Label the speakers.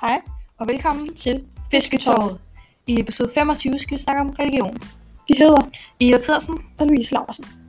Speaker 1: Hej, og velkommen til Fisketorvet. I episode 25 skal vi snakke om religion.
Speaker 2: Vi hedder
Speaker 1: Ida Pedersen
Speaker 2: og Louise Larsen.